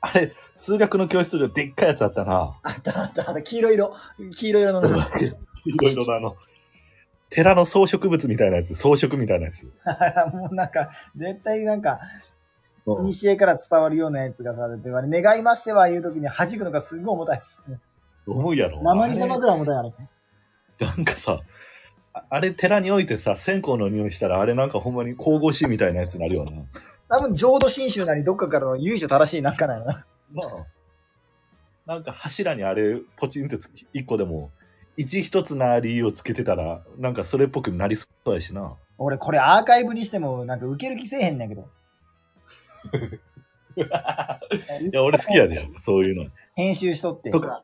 あれ、数学の教室ででっかいやつあったな。あったあったあった、黄色い色。黄色い色の中。いろいろなあの、寺の装飾物みたいなやつ、装飾みたいなやつ。もうなんか、絶対なんか、西へから伝わるようなやつがさ、でもあれ願いましては言うときに弾くのがすごい重たい。重いやろ。鉛玉ぐらい重たいあれ。あれなんかさ、ああれ寺においてさ、線香の匂いしたら、あれなんかほんまに神々しいみたいなやつになるよな。多分浄土真宗なりどっかからの由緒正しいなんかなの。まあ、なんか柱にあれ、ポチンってつ一個でも、一一つな理由をつけてたら、なんかそれっぽくなりそうやしな。俺これアーカイブにしてもなんか受ける気せえへんねんけ ど。いや、俺好きやで、やっぱそういうの。編集しとって。とか、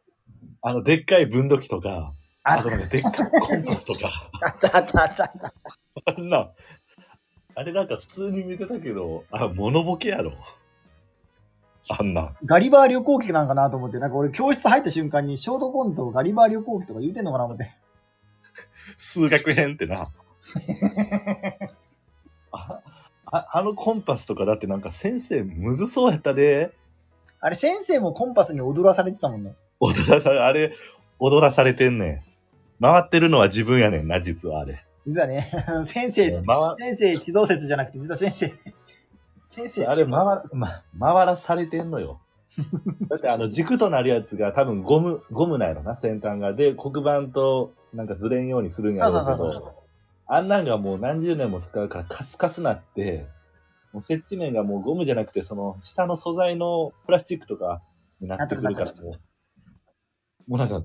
あの、でっかい分度器とか、ああとなんかでっかいコンパスとか。 あったあったあったあった。あんな、あれなんか普通に見てたけど、あ、物ボケやろ。あんな。ガリバー旅行記なんかなと思って、なんか俺教室入った瞬間にショートコントガリバー旅行記とか言うてんのかな思って。数学編って な。あああのコンパスとかだってなんか先生むずそうやったで。あれ先生もコンパスに踊らされてたもんね。踊らさ、あれ、踊らされてんねん。回ってるのは自分やねんな、実はあれ。実はね、先生、回先生指導説じゃなくて、実は先生、先生、あれ回ら、ま、回らされてんの よ。だってあの軸となるやつが多分ゴム、ゴムなんやろな、先端が。で、黒板となんかずれんようにするんやろうけそうそうそうど、あんなんがもう何十年も使うからカスカスなって、もう接地面がもうゴムじゃなくて、その下の素材のプラスチックとかになってくるから、もう、もうなんか、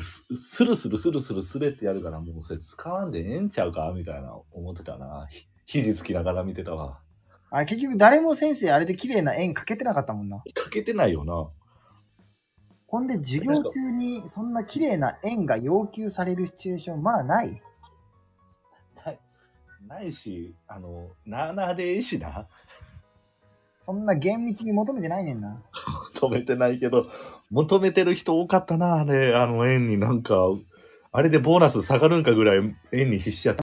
すスルスルスルスルすれってやるから、もうそれ使わんでええんちゃうかみたいな思ってたな。ひ肘つきながら見てたわ。あれ結局誰も先生あれで綺麗な円かけてなかったもんな。かけてないよな。ほんで授業中にそんな綺麗な円が要求されるシチュエーション、まあない。ないないし、あの、なあなあでええしな。そんな厳密に求めてないねんな。求めてないけど、求めてる人多かったな、あれ、あの、円になんか、あれでボーナス下がるんかぐらい、円に必死やった。